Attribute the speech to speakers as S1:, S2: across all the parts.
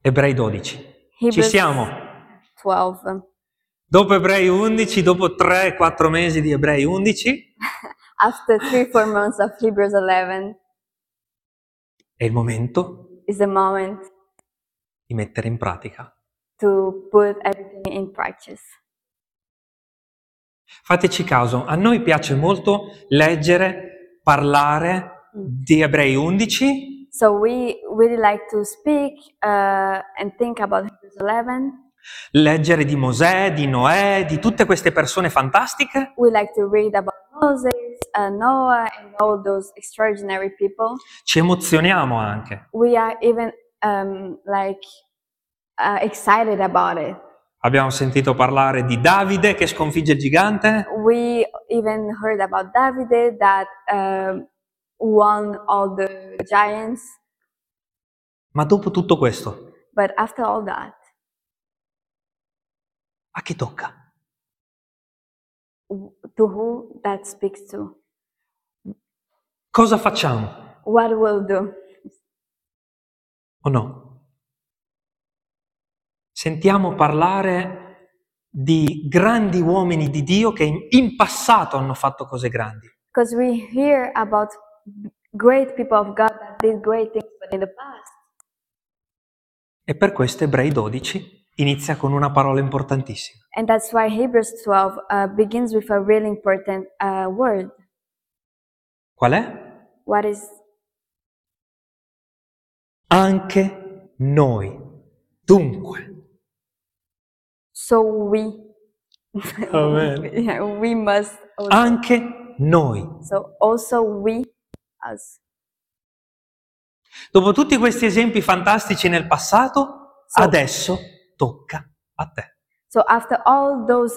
S1: Ebrei 12. Ci
S2: Hebrews
S1: siamo.
S2: 12.
S1: Dopo Ebrei 11, dopo 3-4 mesi di Ebrei 11,
S2: After three, four months of Hebrews 11
S1: è il momento
S2: is the moment
S1: di mettere in pratica.
S2: to put everything in practice.
S1: Fateci caso, a noi piace molto leggere, parlare di Ebrei 11,
S2: So we really like to speak uh, and think about Hebrews 11.
S1: leggere di Mosè, di Noè, di tutte queste persone fantastiche.
S2: We like to read about Moses, uh, Noah, and all those extraordinary people.
S1: Ci emozioniamo anche.
S2: We are even um, like uh, excited about it.
S1: Abbiamo sentito parlare di Davide che sconfigge il gigante,
S2: We even heard about Davide that um won all the giants.
S1: ma dopo tutto questo,
S2: But after all that,
S1: a chi tocca?
S2: w- to who that speaks to?
S1: Cosa facciamo?
S2: What will do?
S1: o no? Sentiamo parlare di grandi uomini di Dio che in, in passato hanno fatto cose grandi.
S2: Because we hear about great people of God that did great things, but in the past.
S1: E per questo Ebrei 12 inizia con una parola importantissima.
S2: And that's why Hebrews 12 uh, begins with a really important uh, word.
S1: Qual è?
S2: What is
S1: Anche noi. Dunque.
S2: so we?
S1: Amen. Ah.
S2: yeah, we must. Also.
S1: Anche noi.
S2: so also we, us.
S1: Dopo tutti questi esempi fantastici nel passato,
S2: So-
S1: adesso tocca a te.
S2: So after all those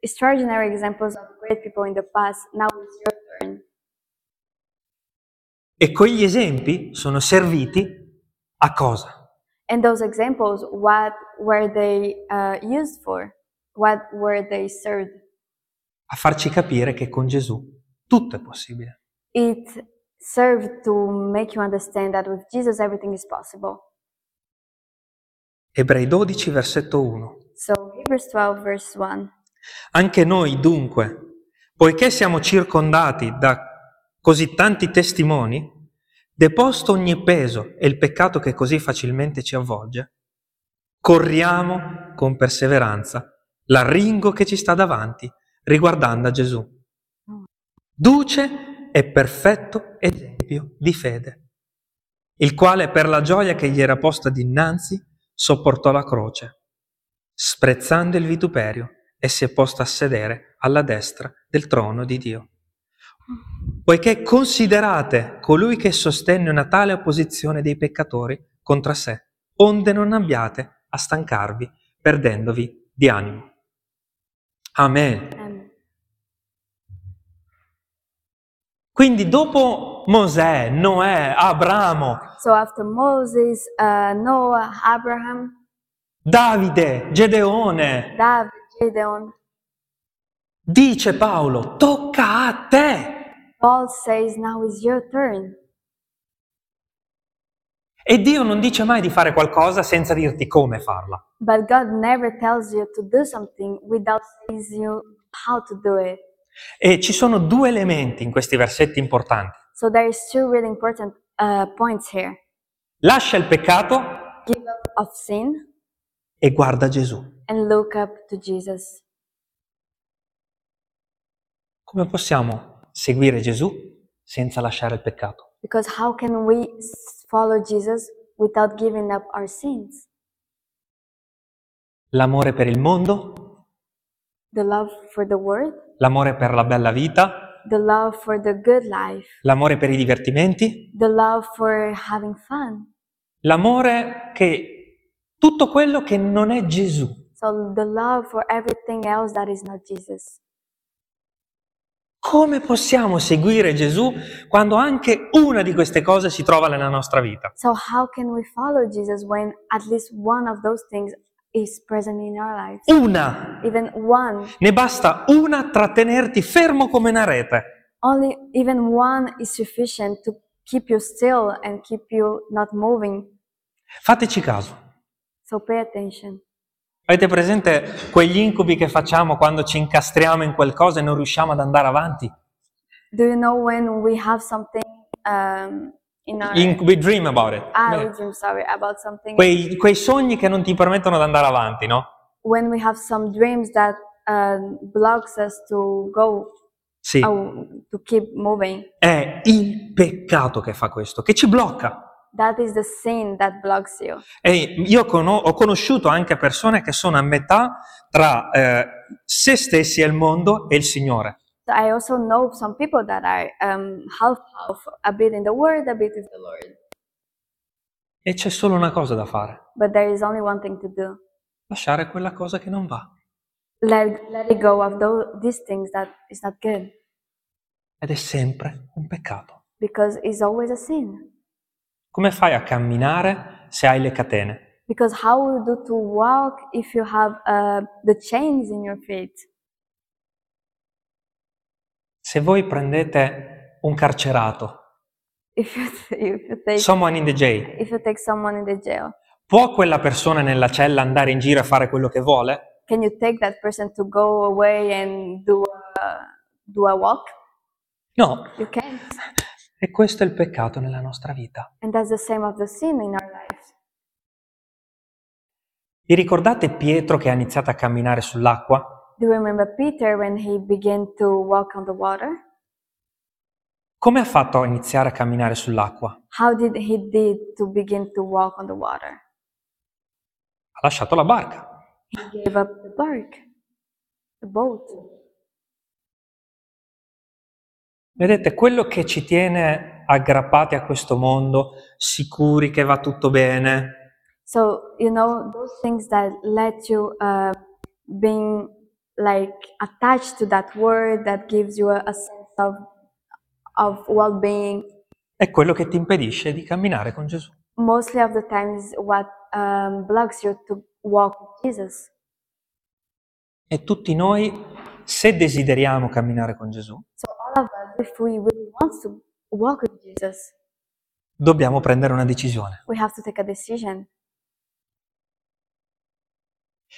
S2: extraordinary examples of great people in the past, now it's your turn.
S1: E quegli esempi sono serviti a cosa?
S2: And those examples, what were they uh, used for? What were they served?
S1: a farci capire che con Gesù tutto è possibile.
S2: It served to make you understand that with Jesus everything is possible.
S1: Ebrei 12, versetto 1.
S2: So Hebrews 12 verse 1.
S1: Anche noi dunque, poiché siamo circondati da così tanti testimoni, deposto ogni peso e il peccato che così facilmente ci avvolge, corriamo con perseveranza l'arringo che ci sta davanti, riguardando a Gesù. Duce e perfetto esempio di fede, il quale per la gioia che gli era posta dinanzi sopportò la croce, sprezzando il vituperio e si è posta a sedere alla destra del trono di Dio. Poiché considerate colui che sostenne una tale opposizione dei peccatori contra sé, onde non abbiate a stancarvi perdendovi di animo. Amen.
S2: Um,
S1: Quindi dopo Mosè, Noè, Abramo,
S2: so after Moses, uh, Noah, Abraham,
S1: Davide, Gedeone,
S2: David, Gideon,
S1: dice Paolo, tocca a te.
S2: Paul says now is your turn.
S1: E Dio non dice mai di fare qualcosa senza dirti come farla.
S2: But God never tells you to do something without tells you how to do it.
S1: E ci sono due elementi in questi versetti importanti.
S2: So there is two really important uh, points here.
S1: Lascia il peccato
S2: Give up of sin
S1: e guarda Gesù.
S2: and look up to Jesus.
S1: Come possiamo seguire Gesù senza lasciare il peccato?
S2: Because how can we s- follow Jesus without giving up our sins?
S1: L'amore per il mondo,
S2: The love for the world,
S1: l'amore per la bella vita,
S2: the love for the good life,
S1: l'amore per i divertimenti,
S2: the love for having fun.
S1: l'amore che tutto quello che non è Gesù.
S2: So the love for everything else that is not Jesus.
S1: Come possiamo seguire Gesù quando anche una di queste cose si trova nella nostra vita?
S2: So how can we follow Jesus when at least one of those things is present in our lives?
S1: Una!
S2: Even one,
S1: Ne basta una trattenerti fermo come una rete.
S2: only even one is sufficient to keep you still and keep you not moving.
S1: Fateci caso,
S2: So pay attention.
S1: Avete presente quegli incubi che facciamo quando ci incastriamo in qualcosa e non riusciamo ad andare avanti?
S2: Do you know when we have something um, in our
S1: In- we dream about it.
S2: ah,
S1: Bene.
S2: we dream, sorry, about something
S1: Quei, quei sogni che non ti permettono di andare avanti, no?
S2: when we have some dreams that um, blocks us to go
S1: Sì.
S2: oh, to keep moving.
S1: È il peccato che fa questo, che ci blocca.
S2: That is the sin that blocks you.
S1: E io cono- ho conosciuto anche persone che sono a metà tra eh, se stessi e il mondo e il Signore.
S2: So I also know some people that are um, half half, a bit in the world, a bit with the Lord.
S1: E c'è solo una cosa da fare,
S2: But there is only one thing to do:
S1: lasciare quella cosa che non va.
S2: let let it go of those, these things that is not good,
S1: Ed è sempre un peccato.
S2: because it's always a sin.
S1: Come fai a camminare se hai le catene?
S2: Because how will you do to walk if you have uh, the chains in your feet?
S1: Se voi prendete un carcerato,
S2: If you if you take
S1: someone in the jail,
S2: if you take someone in the jail,
S1: può quella persona nella cella andare in giro e fare quello che vuole?
S2: can you take that person to go away and do a, do a walk?
S1: No.
S2: You can't.
S1: E questo è il peccato nella nostra vita.
S2: And that's the same of the sin in our lives.
S1: Vi ricordate Pietro che ha iniziato a camminare sull'acqua?
S2: Do you remember Peter when he began to walk on the water?
S1: Come ha fatto a iniziare a camminare sull'acqua? Ha
S2: How did he did to begin to walk on the water?
S1: lasciato la barca.
S2: He gave up the bark, the boat.
S1: Vedete, quello che ci tiene aggrappati a questo mondo, sicuri che va tutto bene,
S2: So you know those things that let you uh, being like attached to that word that gives you a, a sense of of well-being.
S1: è quello che ti impedisce di camminare con Gesù.
S2: Mostly of the times, what um, blocks you to walk with Jesus.
S1: E tutti noi, se desideriamo camminare con Gesù,
S2: So all of us, if we really want to walk with Jesus,
S1: dobbiamo prendere una decisione.
S2: we have to take a decision.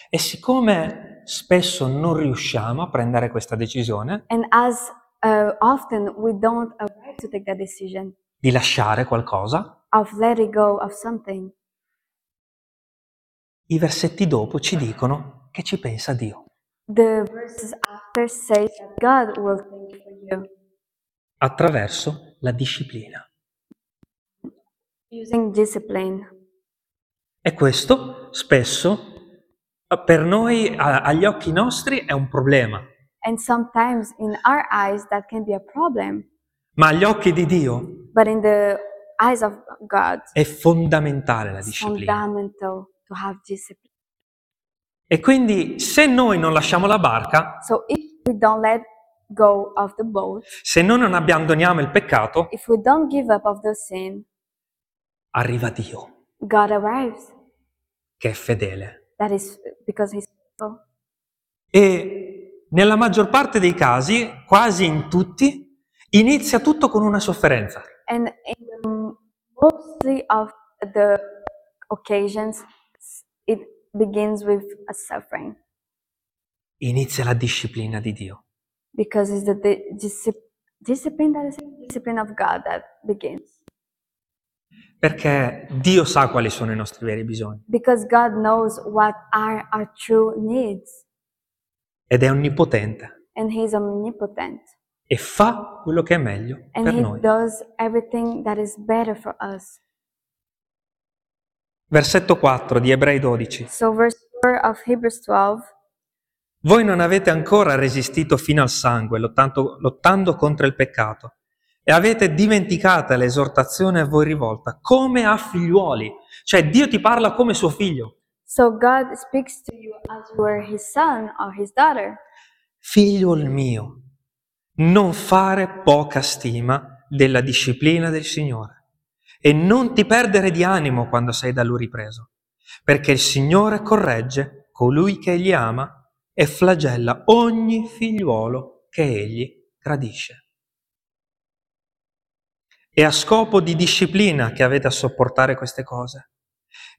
S1: E siccome spesso non riusciamo a prendere questa decisione
S2: And as uh, often we don't arrive to take that decision
S1: di lasciare qualcosa,
S2: of letting go of something,
S1: i versetti dopo ci dicono che ci pensa Dio.
S2: the verses after say that God will think for you
S1: attraverso la disciplina.
S2: using discipline.
S1: E questo spesso eh, per noi, a- agli occhi nostri, è un problema,
S2: And sometimes in our eyes that can be a problem,
S1: ma agli occhi di Dio
S2: but in the eyes of God,
S1: è fondamentale la
S2: it's
S1: disciplina.
S2: fundamental to have discipline.
S1: E quindi se noi non lasciamo la barca,
S2: So if we don't let go of the boat,
S1: se noi non abbandoniamo il peccato,
S2: if we don't give up of the sin,
S1: arriva Dio,
S2: God arrives.
S1: che è fedele.
S2: That is because He's faithful.
S1: E nella maggior parte dei casi, quasi in tutti, inizia tutto con una sofferenza.
S2: And in the mostly of the occasions, it begins with a suffering
S1: Inizia la disciplina di Dio.
S2: because it's the di- discip- discipline that is discipline of God that begins.
S1: Perché Dio sa quali sono i nostri veri bisogni
S2: Because God knows what are our true needs,
S1: ed è onnipotente
S2: and He's omnipotent,
S1: e fa quello che è meglio
S2: and
S1: per
S2: He
S1: noi.
S2: does everything that is better for us.
S1: Versetto 4 di Ebrei 12.
S2: So, verse 4 of Hebrews 12
S1: Voi non avete ancora resistito fino al sangue, lottando, lottando contro il peccato, e avete dimenticata l'esortazione a voi rivolta, come a figliuoli. Cioè Dio ti parla come suo figlio.
S2: So God speaks to you as you were his son or his daughter.
S1: Figliol mio, non fare poca stima della disciplina del Signore e non ti perdere di animo quando sei da Lui ripreso, perché il Signore corregge colui che Egli ama e flagella ogni figliuolo che Egli gradisce. È a scopo di disciplina che avete a sopportare queste cose.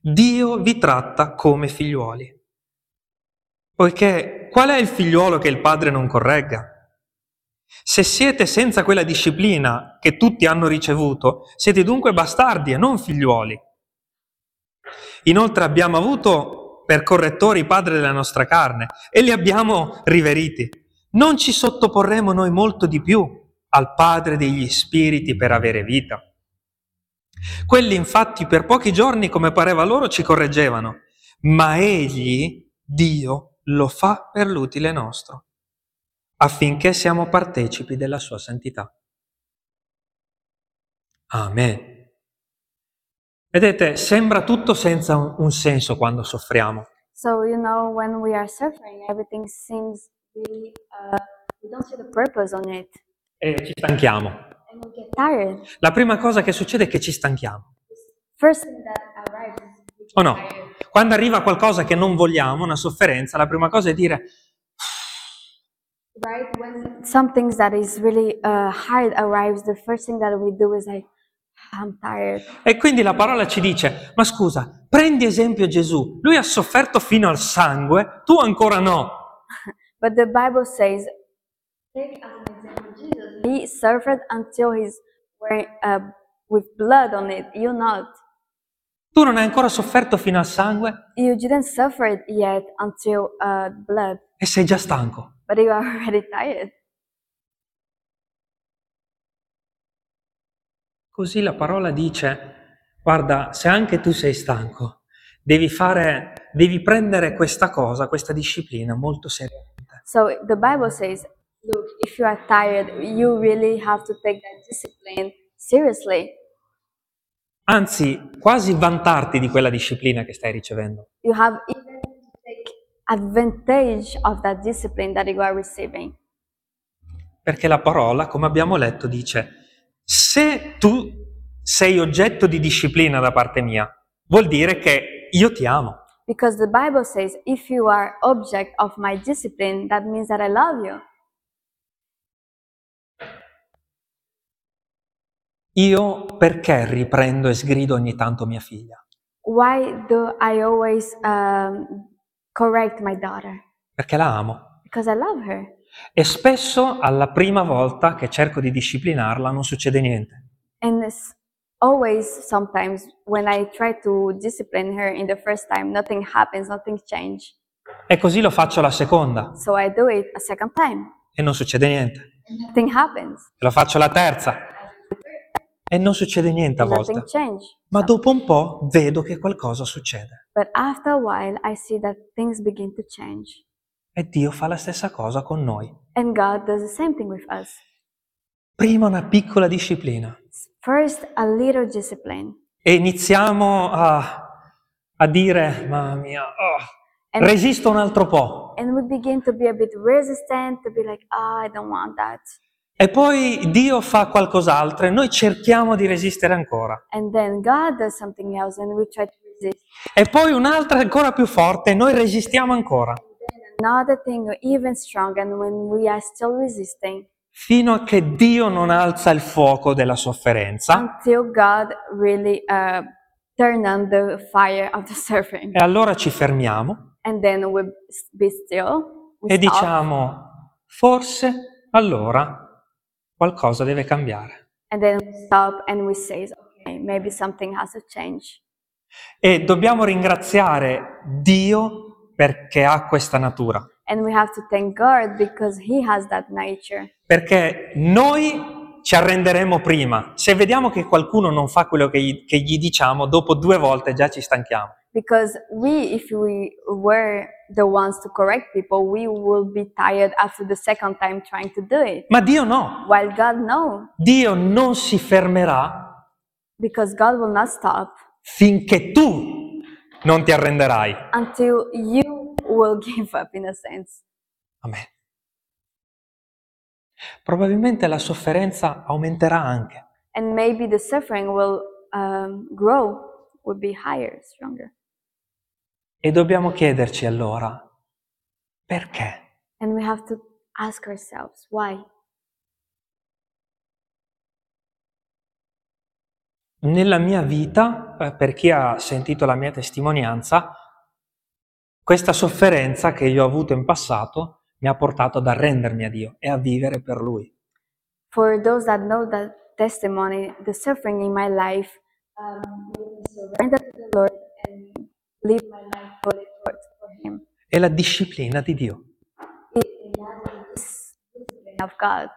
S1: Dio vi tratta come figliuoli. Poiché qual è il figliuolo che il padre non corregga? Se siete senza quella disciplina che tutti hanno ricevuto, siete dunque bastardi e non figliuoli. Inoltre abbiamo avuto per correttori i padri della nostra carne e li abbiamo riveriti. Non ci sottoporremo noi molto di più al Padre degli Spiriti per avere vita. Quelli infatti per pochi giorni, come pareva loro, ci correggevano, ma Egli, Dio, lo fa per l'utile nostro, affinché siamo partecipi della sua santità. Amen. Vedete, sembra tutto senza un un senso quando soffriamo.
S2: So, you know, when we are suffering, everything seems really, uh, we don't see the purpose on it.
S1: e ci stanchiamo.
S2: And we get tired.
S1: La prima cosa che succede è che ci stanchiamo.
S2: First thing that arrives is we get
S1: O no?
S2: tired.
S1: Quando arriva qualcosa che non vogliamo, una sofferenza, la prima cosa è dire
S2: Right when some things that is really uh, hard arrives, the first thing that we do is like, I'm tired.
S1: e quindi la parola ci dice, ma scusa, prendi esempio Gesù, lui ha sofferto fino al sangue, tu ancora no.
S2: But the Bible says, take as an example Jesus. He suffered until he's wearing, uh, with blood on it. You not.
S1: Tu non hai ancora sofferto fino al sangue
S2: You didn't suffer it yet until uh, blood,
S1: e sei già stanco.
S2: but you are already tired.
S1: Così la parola dice, guarda, se anche tu sei stanco, devi fare, devi prendere questa cosa, questa disciplina molto seriamente.
S2: So the Bible says, look, if you are tired, you really have to take that discipline seriously.
S1: Anzi, quasi vantarti di quella disciplina che stai ricevendo.
S2: You have even to take advantage of that discipline that you are receiving.
S1: Perché la parola, come abbiamo letto, dice, se tu sei oggetto di disciplina da parte mia, vuol dire che io ti amo.
S2: Because the Bible says, if you are object of my discipline, that means that I love you.
S1: Io perché riprendo e sgrido ogni tanto mia figlia?
S2: Why do I always um, correct my daughter?
S1: Perché la amo.
S2: Because I love her.
S1: E spesso alla prima volta che cerco di disciplinarla non succede niente.
S2: And it's always sometimes when I try to discipline her in the first time, nothing happens, nothing changes.
S1: E così lo faccio la seconda
S2: So I do it a second time,
S1: e non succede niente.
S2: nothing happens,
S1: E lo faccio la terza e non succede niente a
S2: nothing
S1: volte.
S2: changes.
S1: Ma dopo un po' vedo che qualcosa succede.
S2: But after a while, I see that things begin to change.
S1: E Dio fa la stessa cosa con noi.
S2: And God does the same thing with us.
S1: Prima una piccola disciplina
S2: First, a little discipline.
S1: e iniziamo a, a dire, mamma mia, oh,
S2: And
S1: resisto un altro po'.
S2: and we begin to be a bit resistant to be like oh, i don't want that
S1: E poi Dio fa qualcos'altro e noi cerchiamo di resistere ancora.
S2: and then god does something else and we try to resist
S1: E poi un'altra ancora più forte e noi resistiamo ancora.
S2: another thing or even stronger and when we are still resisting
S1: Fino a che Dio non alza il fuoco della sofferenza.
S2: until god really uh, turn on the fire of the suffering
S1: E allora ci fermiamo
S2: and then we be still we
S1: e
S2: stop,
S1: diciamo, forse allora qualcosa deve cambiare.
S2: and then we stop and we say okay maybe something has to change
S1: E dobbiamo ringraziare Dio perché ha questa natura,
S2: and we have to thank god because he has that nature
S1: perché noi ci arrenderemo prima. Se vediamo che qualcuno non fa quello che gli, che gli diciamo, dopo due volte già ci stanchiamo.
S2: because we if we were the ones to correct people we will be tired after the second time trying to do it
S1: Ma Dio no,
S2: while god no
S1: Dio non si fermerà
S2: because god will not stop
S1: finché tu non ti arrenderai.
S2: until you will give up in a sense
S1: Amen. Probabilmente la sofferenza aumenterà anche,
S2: and maybe the suffering will um, grow will be higher stronger
S1: e dobbiamo chiederci allora perché?
S2: and we have to ask ourselves why
S1: Nella mia vita, eh, per chi ha sentito la mia testimonianza, questa sofferenza che io ho avuto in passato mi ha portato ad arrendermi a Dio e a vivere per Lui.
S2: For those that know that testimony, the suffering in my life, um, made me surrender to the Lord and live my life fully for, for Him.
S1: È la disciplina di Dio,
S2: It- it has the discipline Of God,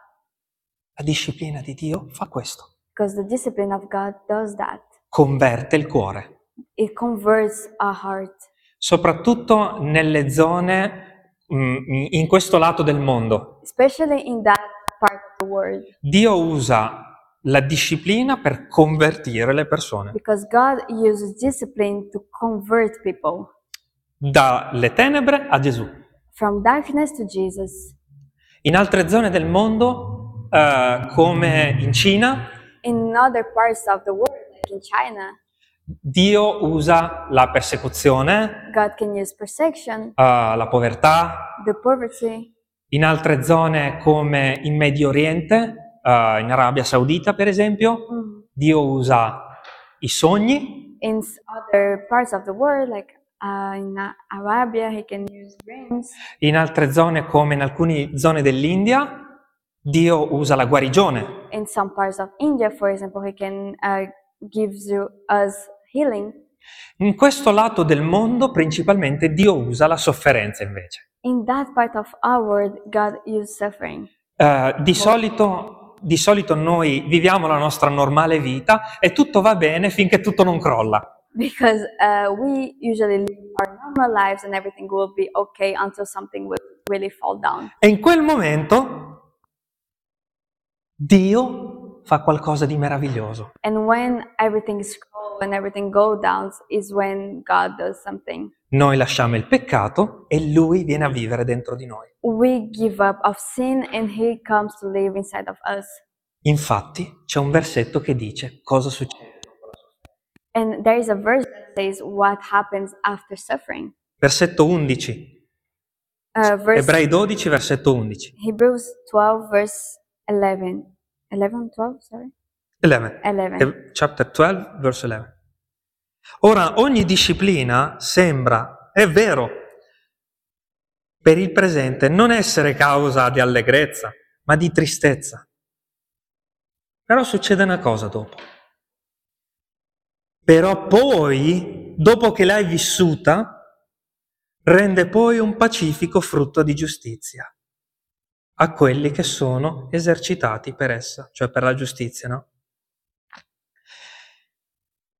S1: la disciplina di Dio fa questo,
S2: because the discipline of God does that.
S1: converte il cuore.
S2: It converts our heart,
S1: soprattutto nelle zone, mm, in questo lato del mondo.
S2: especially in that part of the world,
S1: Dio usa la disciplina per convertire le persone
S2: because God uses discipline to convert people
S1: dalle tenebre a Gesù.
S2: from darkness to Jesus.
S1: In altre zone del mondo, eh, come in Cina,
S2: In other parts of the world, like in China,
S1: Dio usa la persecuzione,
S2: God can use persecution,
S1: eh, la povertà.
S2: the poverty.
S1: In altre zone come in Medio Oriente, eh, in Arabia Saudita per esempio, Dio usa i sogni,
S2: In s- other parts of the world, like uh, in uh, Arabia, he can use dreams.
S1: In altre zone, come in alcune zone dell'India, Dio usa la guarigione.
S2: In some parts of India, for example, he can uh, gives you us healing.
S1: In questo lato del mondo, principalmente, Dio usa la sofferenza invece.
S2: In that part of our world, God used suffering.
S1: Eh, di, solito, di solito noi viviamo la nostra normale vita e tutto va bene finché tutto non crolla.
S2: Because uh, we usually live our normal lives and everything will be okay until something will really fall down.
S1: E in quel momento Dio fa qualcosa di meraviglioso.
S2: And when everything is cold, when everything goes down, is when God does something.
S1: Noi lasciamo il peccato e Lui viene a vivere dentro di noi.
S2: we give up of sin and he comes to live inside of us
S1: Infatti c'è un versetto che dice cosa succede.
S2: and there is a verse that says what happens after suffering
S1: Versetto 11.
S2: uh, verse
S1: Ebrei 12, versetto 11.
S2: hebrews 12 verse 11 11 12 sorry
S1: 11.
S2: 11
S1: Eh, Chapter 12, verse 11. Ora, ogni disciplina sembra, è vero, per il presente non essere causa di allegrezza, ma di tristezza. Però succede una cosa dopo. Però poi, dopo che l'hai vissuta, rende poi un pacifico frutto di giustizia a quelli che sono esercitati per essa, cioè per la giustizia, no?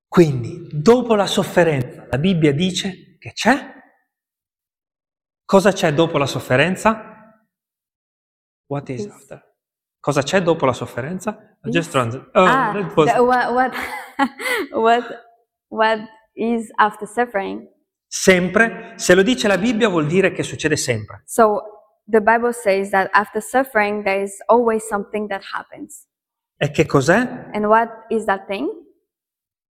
S1: Quindi, dopo la sofferenza, la Bibbia dice che c'è? Cosa c'è dopo la sofferenza? What is
S2: Peace.
S1: after? Cosa c'è dopo la sofferenza? I just
S2: Peace.
S1: trans- oh,
S2: ah
S1: that was-
S2: the- what what what what is after suffering
S1: Sempre, se lo dice la Bibbia vuol dire che succede sempre.
S2: so the bible says that after suffering there is always something that happens
S1: E che cos'è?
S2: and what is that thing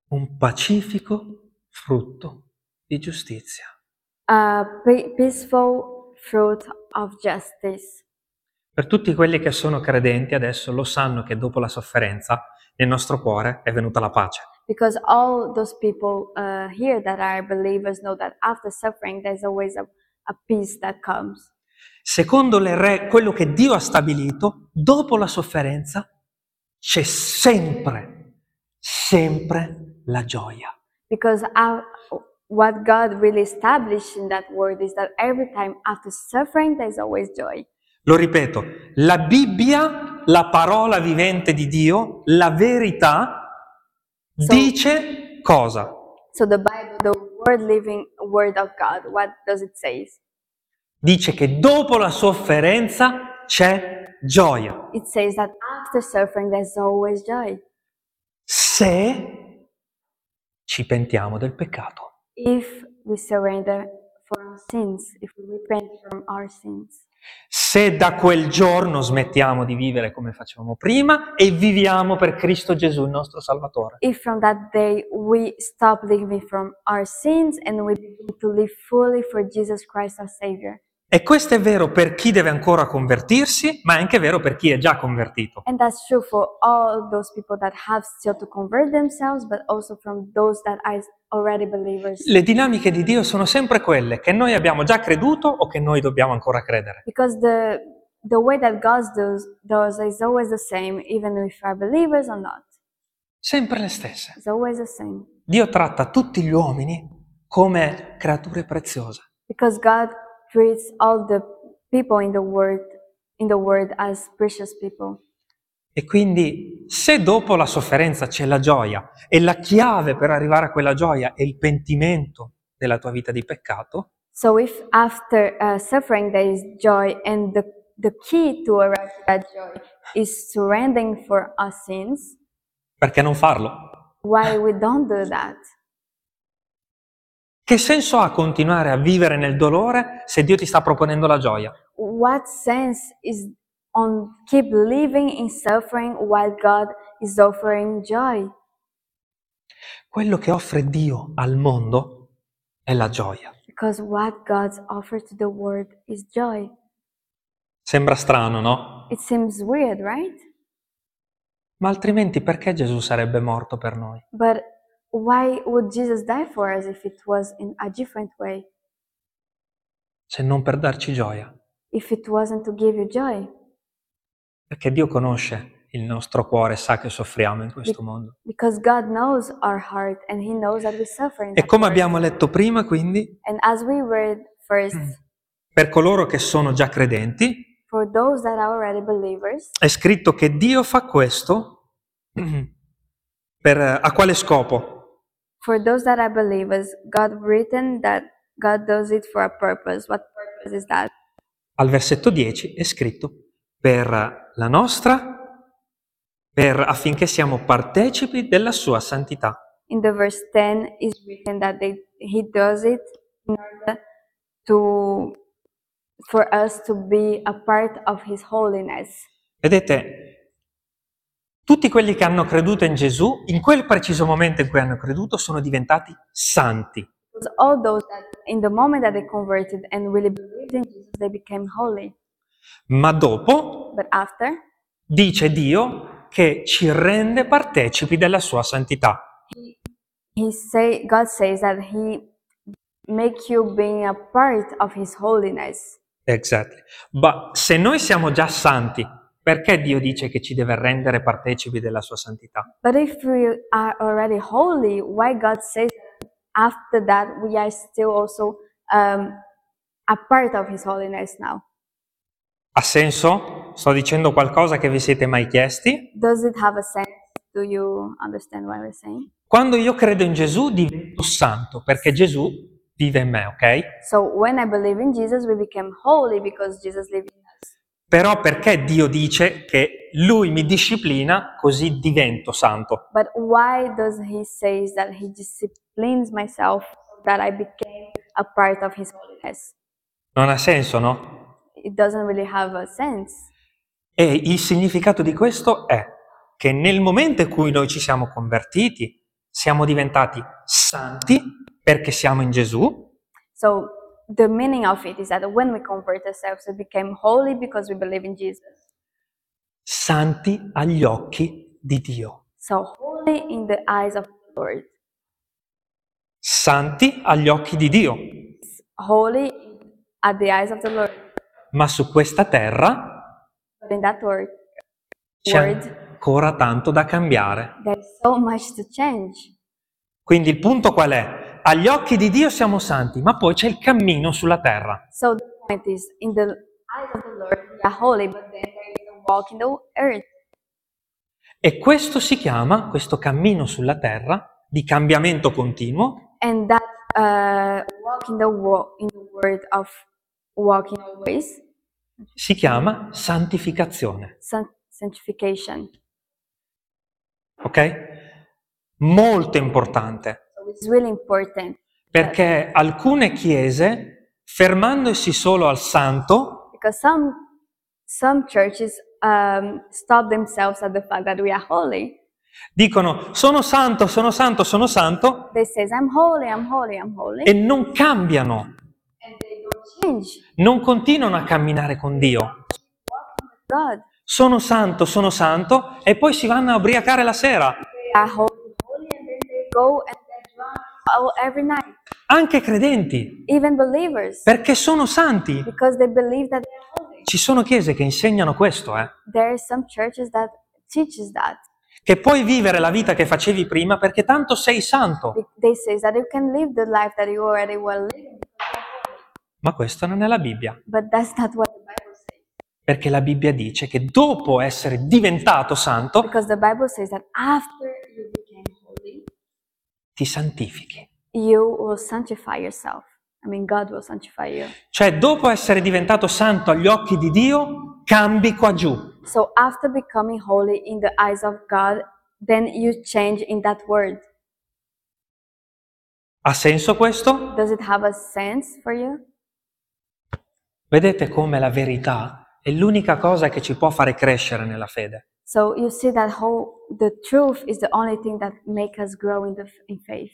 S1: Un pacifico frutto di giustizia.
S2: a Uh, pe- peaceful fruit of justice.
S1: Per tutti quelli che sono credenti adesso lo sanno che dopo la sofferenza nel nostro cuore è venuta la pace.
S2: Because all those people uh, here that are believers know that after suffering, there's always a, a peace that comes.
S1: Secondo le re- quello che Dio ha stabilito, dopo la sofferenza c'è sempre, sempre la gioia.
S2: Because uh, what God really established in that word is that every time after suffering, there's always joy.
S1: Lo ripeto, la Bibbia, la parola vivente di Dio, la verità,
S2: So-
S1: dice cosa?
S2: So the Bible, the word living word of God, what does it say?
S1: Dice che dopo la sofferenza c'è gioia,
S2: It says that after suffering, there's always joy.
S1: se ci pentiamo del peccato.
S2: If we surrender for our sins, if we repent from our sins.
S1: Se da quel giorno smettiamo di vivere come facevamo prima e viviamo per Cristo Gesù, il nostro Salvatore.
S2: if from that day we stop living from our sins and we begin to live fully for Jesus Christ our Savior.
S1: E questo è vero per chi deve ancora convertirsi, ma è anche vero per chi è già convertito.
S2: And that's true for all those people that have still to convert themselves, but also from those that are already believers.
S1: Le dinamiche di Dio sono sempre quelle che noi abbiamo già creduto o che noi dobbiamo ancora credere.
S2: Because the the way that God does does is always the same, even if you are believers or not.
S1: Sempre le stesse.
S2: It's always the same.
S1: Dio tratta tutti gli uomini come creature preziose.
S2: Because God treats all the people in the world in the world as precious people.
S1: E quindi se dopo la sofferenza c'è la gioia e la chiave per arrivare a quella gioia è il pentimento della tua vita di peccato,
S2: So if after uh, suffering there is joy, and the the key to arrive at that joy is surrendering for our sins,
S1: perché non farlo?
S2: why we don't do that?
S1: Che senso ha continuare a vivere nel dolore se Dio ti sta proponendo la gioia?
S2: What sense is on keep living in suffering while God is offering joy?
S1: Quello che offre Dio al mondo è la gioia.
S2: Because what God's offer to the world is joy.
S1: Sembra strano, no?
S2: It seems weird, right?
S1: Ma altrimenti perché Gesù sarebbe morto per noi?
S2: But why would Jesus die for us if it was in a different way?
S1: Se non per darci gioia?
S2: If it wasn't to give you joy?
S1: Perché Dio conosce il nostro cuore e sa che soffriamo in questo mondo.
S2: Because God knows our heart and He knows that we suffer. in
S1: E
S2: that
S1: come
S2: world.
S1: abbiamo letto prima, quindi,
S2: And as we read first,
S1: Hmm. per coloro che sono già credenti,
S2: for those that are already believers,
S1: è scritto che Dio fa questo per, a quale scopo?
S2: for those that are believers, God written that God does it for a purpose. What purpose is that?
S1: Al versetto 10 è scritto per la nostra, per, affinché siamo partecipi della sua santità.
S2: In the verse 10 is written that they, He does it in order to for us to be a part of His holiness.
S1: Vedete, tutti quelli che hanno creduto in Gesù, in quel preciso momento in cui hanno creduto, sono diventati santi.
S2: Because all those that in the moment that they converted and really believed in Jesus, they became holy.
S1: Ma dopo
S2: But after,
S1: dice Dio che ci rende partecipi della sua santità.
S2: he say God says that he make you being a part of his holiness.
S1: Exactly. Ma se noi siamo già santi, perché Dio dice che ci deve rendere partecipi della sua santità?
S2: But if we are already holy, why God says after that we are still also um, a part of his holiness now?
S1: Ha senso? Sto dicendo qualcosa che vi siete mai chiesti?
S2: Does it have a sense? Do you understand what we're saying?
S1: Quando io credo in Gesù divento santo, perché Gesù vive in me, ok?
S2: So when I believe in Jesus, we became holy because Jesus lived in us.
S1: Però perché Dio dice che lui mi disciplina così divento santo?
S2: But why does he say that he disciplines myself that I became a part of his holiness?
S1: Non ha senso, no?
S2: It doesn't really have a sense.
S1: E il significato di questo è che nel momento in cui noi ci siamo convertiti, siamo diventati santi perché siamo in Gesù
S2: So the meaning of it is that when we convert ourselves, we became holy because we believe in Jesus.
S1: santi agli occhi di Dio,
S2: So holy in the eyes of the Lord,
S1: santi agli occhi di Dio,
S2: holy at the eyes of the Lord.
S1: ma su questa terra
S2: But in that word,
S1: c'è
S2: Word.
S1: ancora tanto da cambiare.
S2: there's so much to change.
S1: Quindi il punto qual è? Agli occhi di Dio siamo santi, ma poi c'è il cammino sulla terra.
S2: So the point is, in the eyes of the Lord, we are holy, but then there is a walk in the earth.
S1: E questo si chiama, questo cammino sulla terra, di cambiamento continuo,
S2: and that uh, walk in the world in the word of walking always
S1: si chiama santificazione.
S2: san- sanctification
S1: Ok? Molto importante,
S2: so it's really important
S1: perché alcune chiese, fermandosi solo al santo,
S2: because some some churches um, stop themselves at the fact that we are holy
S1: dicono sono santo, sono santo, sono santo,
S2: they says i'm holy i'm holy i'm holy
S1: e non cambiano
S2: and they don't change.
S1: non continuano a camminare con Dio.
S2: God,
S1: Sono santo, sono santo e poi si vanno a ubriacare la sera.
S2: I holy, holy, and then they go and they drunk all every night.
S1: Anche credenti,
S2: Even believers,
S1: perché sono santi.
S2: because they believe that they're holy.
S1: Ci sono chiese che insegnano questo, eh.
S2: There are some churches that teaches that.
S1: Che puoi vivere la vita che facevi prima perché tanto sei santo.
S2: Be- They says that you can live the life that you already were living,
S1: Ma questo non è la Bibbia,
S2: but that's not what the Bible says.
S1: perché la Bibbia dice che dopo essere diventato santo
S2: Because the Bible says that after you became holy,
S1: ti santifichi.
S2: you will sanctify yourself. I mean, God will sanctify you.
S1: Cioè dopo essere diventato santo agli occhi di Dio, cambi qua giù.
S2: So after becoming holy in the eyes of God, then you change in that word.
S1: Ha senso questo?
S2: Does it have a sense for you?
S1: Vedete come la verità è l'unica cosa che ci può fare crescere nella fede.
S2: So you see that whole the truth is the only thing that make us grow in the in faith.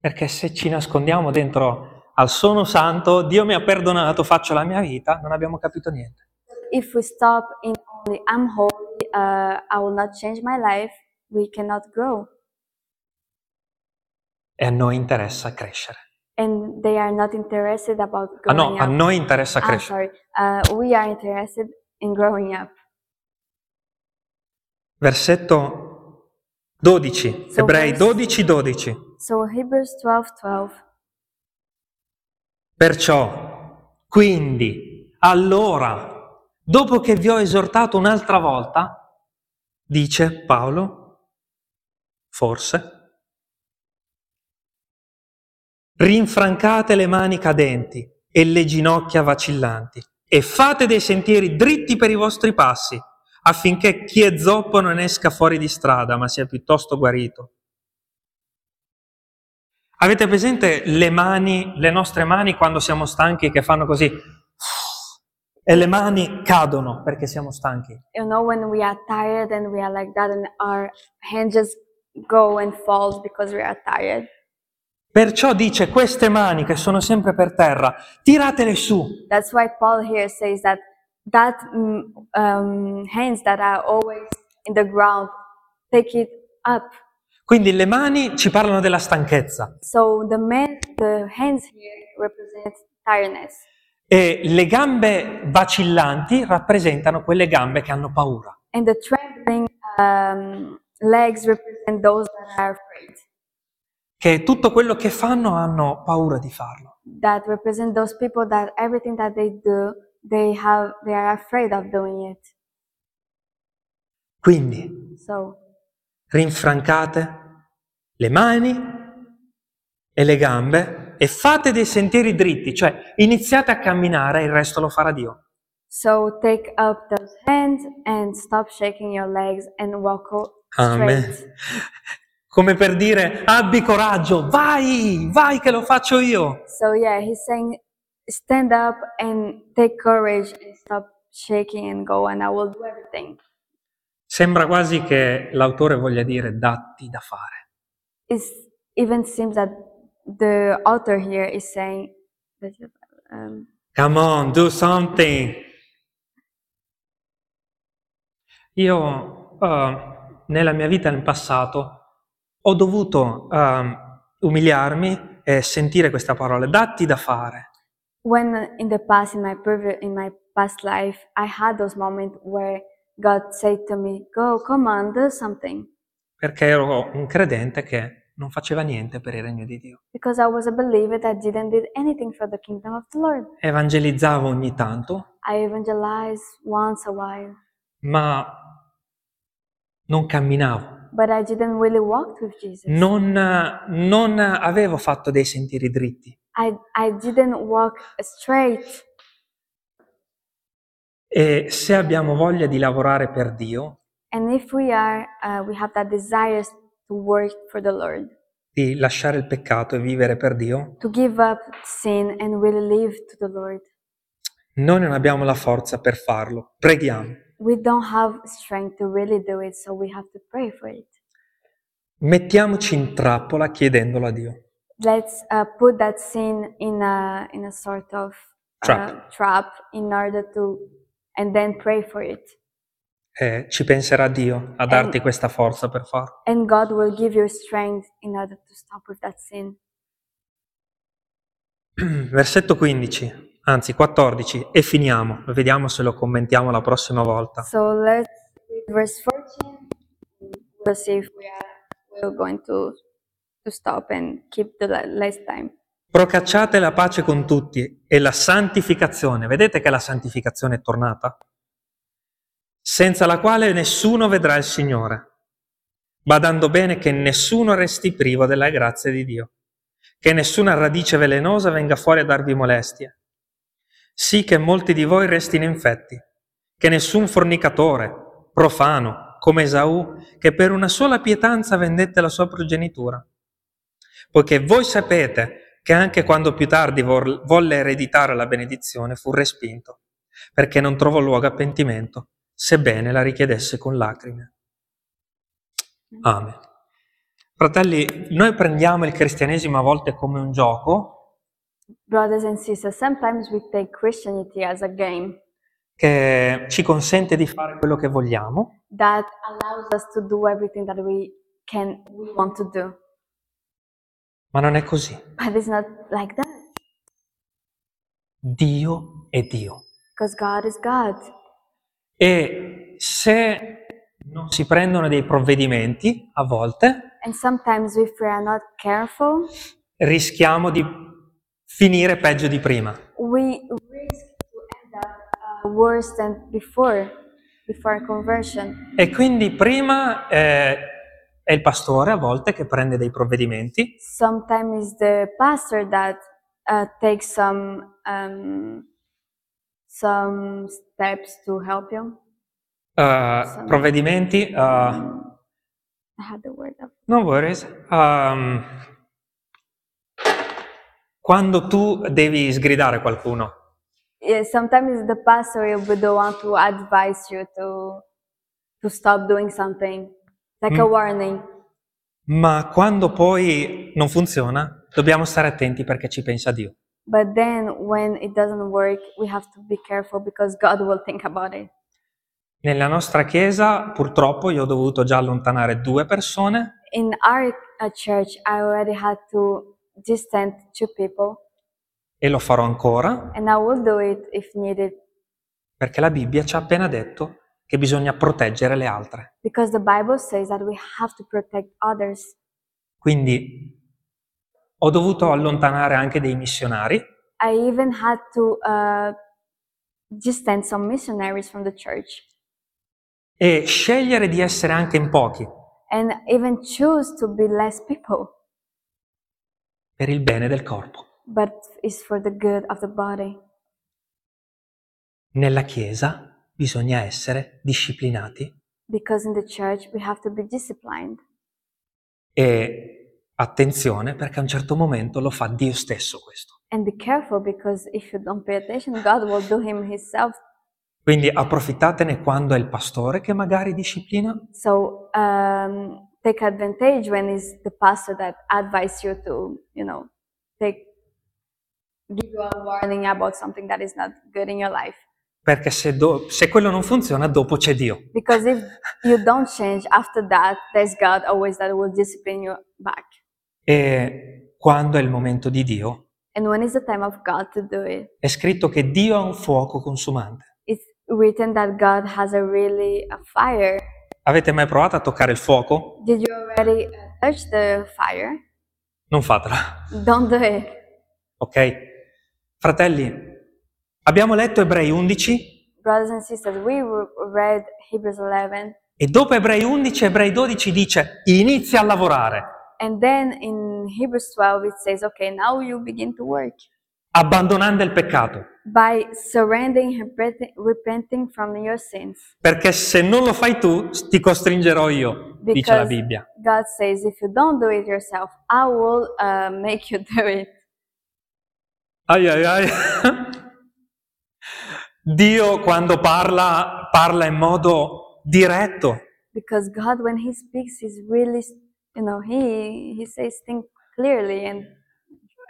S1: Perché se ci nascondiamo dentro al sono santo, Dio mi ha perdonato, faccio la mia vita, non abbiamo capito niente.
S2: If we stop in only I'm holy, uh, I will not change my life, we cannot grow,
S1: E a noi interessa crescere.
S2: and they are not interested about
S1: Ah
S2: growing
S1: no, a
S2: up.
S1: noi interessa
S2: I'm
S1: crescere.
S2: sorry. Uh, we are interested in growing up.
S1: Versetto 12,
S2: So
S1: Ebrei
S2: verse-
S1: 12, 12.
S2: So Hebrews 12:12.
S1: Perciò, quindi, allora, dopo che vi ho esortato un'altra volta, dice Paolo, forse, rinfrancate le mani cadenti e le ginocchia vacillanti e fate dei sentieri dritti per i vostri passi, affinché chi è zoppo non esca fuori di strada, ma sia piuttosto guarito. Avete presente le mani, le nostre mani quando siamo stanchi che fanno così e le mani cadono perché siamo stanchi?
S2: You know when we are tired and we are like that, and our hand just go and falls because we are tired.
S1: Perciò dice queste mani che sono sempre per terra, tiratele su,
S2: That's why Paul here says that that mm, um, hands that are always in the ground, take it up.
S1: Quindi le mani ci parlano della stanchezza
S2: So the man, the hands here represent tiredness,
S1: e le gambe vacillanti rappresentano quelle gambe che hanno paura.
S2: and the trembling um, legs represent those that are afraid.
S1: Che tutto quello che fanno hanno paura di farlo.
S2: That represent those people that everything that they do, they have, they are afraid of doing it.
S1: Quindi
S2: So
S1: rinfrancate le mani e le gambe e fate dei sentieri dritti, cioè iniziate a camminare e il resto lo farà Dio.
S2: So take up those hands and stop shaking your legs and walk o- straight.
S1: Amen. Come per dire, abbi coraggio, vai, vai che lo faccio io.
S2: So yeah, he's saying stand up and take courage and stop shaking and go and I will do everything.
S1: Sembra quasi che l'autore voglia dire datti da fare.
S2: It even seems that the author here is saying that um,
S1: Come on, do something. Io eh, nella mia vita in passato ho dovuto eh, umiliarmi e sentire questa parola, datti da fare.
S2: when in the past in my previous in my past life I had those moments where God said to me, "Go, come on, do something,"
S1: perché ero un credente che non faceva niente per il regno di Dio.
S2: because I was a believer that didn't did anything for the kingdom of the Lord.
S1: Evangelizzavo ogni tanto,
S2: I evangelize once a while,
S1: ma non camminavo,
S2: but I didn't really walk with Jesus.
S1: non, non avevo fatto dei sentieri dritti.
S2: I, I didn't walk straight.
S1: E se abbiamo voglia di lavorare per Dio,
S2: And if we are, uh, we have that desire to work for the Lord,
S1: di lasciare il peccato e vivere per Dio,
S2: to give up sin and really live to the Lord,
S1: noi non abbiamo la forza per farlo. Preghiamo,
S2: we don't have strength to really do it, so we have to pray for it.
S1: mettiamoci in trappola chiedendolo a Dio.
S2: let's uh, put that sin in a in a sort of
S1: Trap.
S2: uh, trap in order to and then pray for it
S1: Eh, ci penserà Dio a darti questa forza per farlo.
S2: and god will give you strength in order to stop with that sin
S1: Versetto 15, anzi 14, e finiamo. Vediamo se lo commentiamo la prossima volta.
S2: so let's read verse 14 and we'll see if we are we're going to to stop and keep the le- less time
S1: Procacciate la pace con tutti e la santificazione. Vedete che la santificazione è tornata? Senza la quale nessuno vedrà il Signore, badando bene che nessuno resti privo della grazia di Dio, che nessuna radice velenosa venga fuori a darvi molestie, sì che molti di voi restino infetti, che nessun fornicatore, profano, come Esaù, che per una sola pietanza vendette la sua progenitura poiché voi sapete che anche quando più tardi vor- volle ereditare la benedizione fu respinto, perché non trovò luogo a pentimento, sebbene la richiedesse con lacrime. Amen. Fratelli, noi prendiamo il cristianesimo a volte come un gioco
S2: brothers and sisters sometimes we take christianity as a game
S1: che ci consente di fare quello che vogliamo,
S2: that allows us to do everything that we can we want to do
S1: ma non è così.
S2: but it's not like that
S1: Dio è Dio.
S2: because god is god
S1: E se non si prendono dei provvedimenti, a volte,
S2: and sometimes if we are not careful
S1: rischiamo di finire peggio di prima.
S2: we risk to end up uh, worse than before before conversion
S1: E quindi prima eh, è il pastore a volte che prende dei provvedimenti
S2: sometimes it's the pastor that uh, takes some um, some steps to help you
S1: eh, provvedimenti, eh,
S2: i had the word up
S1: no worries, ehm, quando tu devi sgridare qualcuno,
S2: yeah, sometimes the pastor will be the one to advise you to to stop doing something, like a
S1: Mm.
S2: warning.
S1: ma quando poi non funziona, dobbiamo stare attenti perché ci pensa Dio.
S2: But then when it doesn't work, we have to be careful because God will think about it.
S1: Nella nostra chiesa, purtroppo, io ho dovuto già allontanare due persone
S2: In our uh, church, I already had to distance two people,
S1: e lo farò ancora
S2: and I will do it if needed
S1: Perché la Bibbia ci ha appena detto che bisogna proteggere le altre.
S2: because the Bible says that we have to protect others.
S1: Quindi ho dovuto allontanare anche dei missionari
S2: I even had to uh, distance some missionaries from the church.
S1: e scegliere di essere anche in pochi
S2: and even choose to be less people,
S1: per il bene del corpo.
S2: but it's for the good of the body.
S1: Nella Chiesa bisogna essere disciplinati
S2: Because in the church we have to be disciplined.
S1: e attenzione perché a un certo momento lo fa Dio stesso questo.
S2: And be careful because if you don't pay attention, God will do him himself.
S1: Quindi approfittatene quando è il pastore che magari disciplina
S2: So um, take advantage when it's the pastor that advise you to, you know, take give you a warning about something that is not good in your life.
S1: perché se, do- se quello non funziona dopo c'è Dio.
S2: Because if you don't change after that, there's God always that will discipline you back.
S1: E quando è il momento di Dio
S2: And when is the time of God to do it?
S1: è scritto che Dio ha un fuoco consumante.
S2: it's written that God has a really a fire.
S1: Avete mai provato a toccare il fuoco?
S2: Did you already uh, touch the fire?
S1: Non fatelo,
S2: Don't do it.
S1: ok? Fratelli, abbiamo letto Ebrei 11
S2: Brothers and sisters, we re- read Hebrews 11,
S1: e dopo Ebrei 11, Ebrei 12 dice inizia a lavorare,
S2: and then in Hebrews 12 it says, okay, now you begin to work
S1: abbandonando il peccato,
S2: by surrendering, repenting, repenting from your sins.
S1: perché se non lo fai tu ti costringerò io, dice la
S2: Because-
S1: Bibbia.
S2: God says, if you don't do it yourself, I will uh, make you do it.
S1: Ai ai ai. Dio quando parla, parla in modo diretto,
S2: Because God, when He speaks, He's really, you know, He He says things clearly and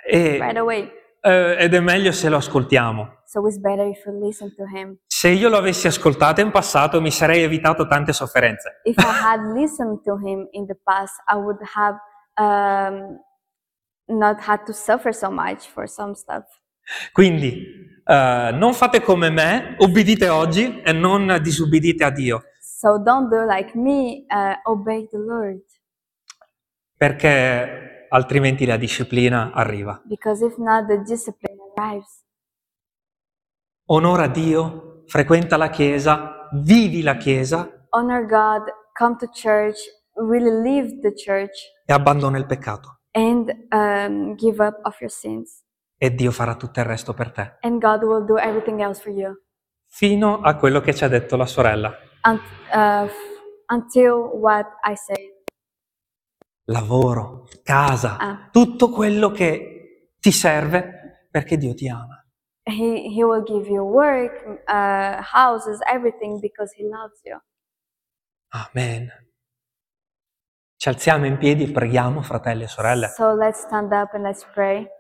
S1: E,
S2: right away.
S1: eh, ed è meglio se lo ascoltiamo.
S2: So it's better if you listen to him.
S1: Se io lo avessi ascoltato in passato mi sarei evitato tante sofferenze.
S2: If I had listened to him in the past, I would have um, not had to suffer so much for some stuff.
S1: Quindi eh, non fate come me, ubbidite oggi e non disubbidite a Dio,
S2: So don't do like me, uh, obey the Lord.
S1: perché altrimenti la disciplina arriva.
S2: Because if not, the discipline arrives.
S1: Onora Dio, frequenta la Chiesa, vivi la Chiesa
S2: Honor God, come to church, really leave the church,
S1: e abbandona il peccato
S2: and um, give up of your sins.
S1: e Dio farà tutto il resto per te,
S2: And God will do everything else for you
S1: fino a quello che ci ha detto la sorella.
S2: Unt uh, f- until what I say.
S1: Lavoro, casa,
S2: Ah.
S1: tutto quello che ti serve perché Dio ti ama.
S2: He, he will give you work, uh, houses, everything because He loves you.
S1: Amen. Ci alziamo in piedi e preghiamo, fratelli e sorelle.
S2: So let's stand up and let's pray.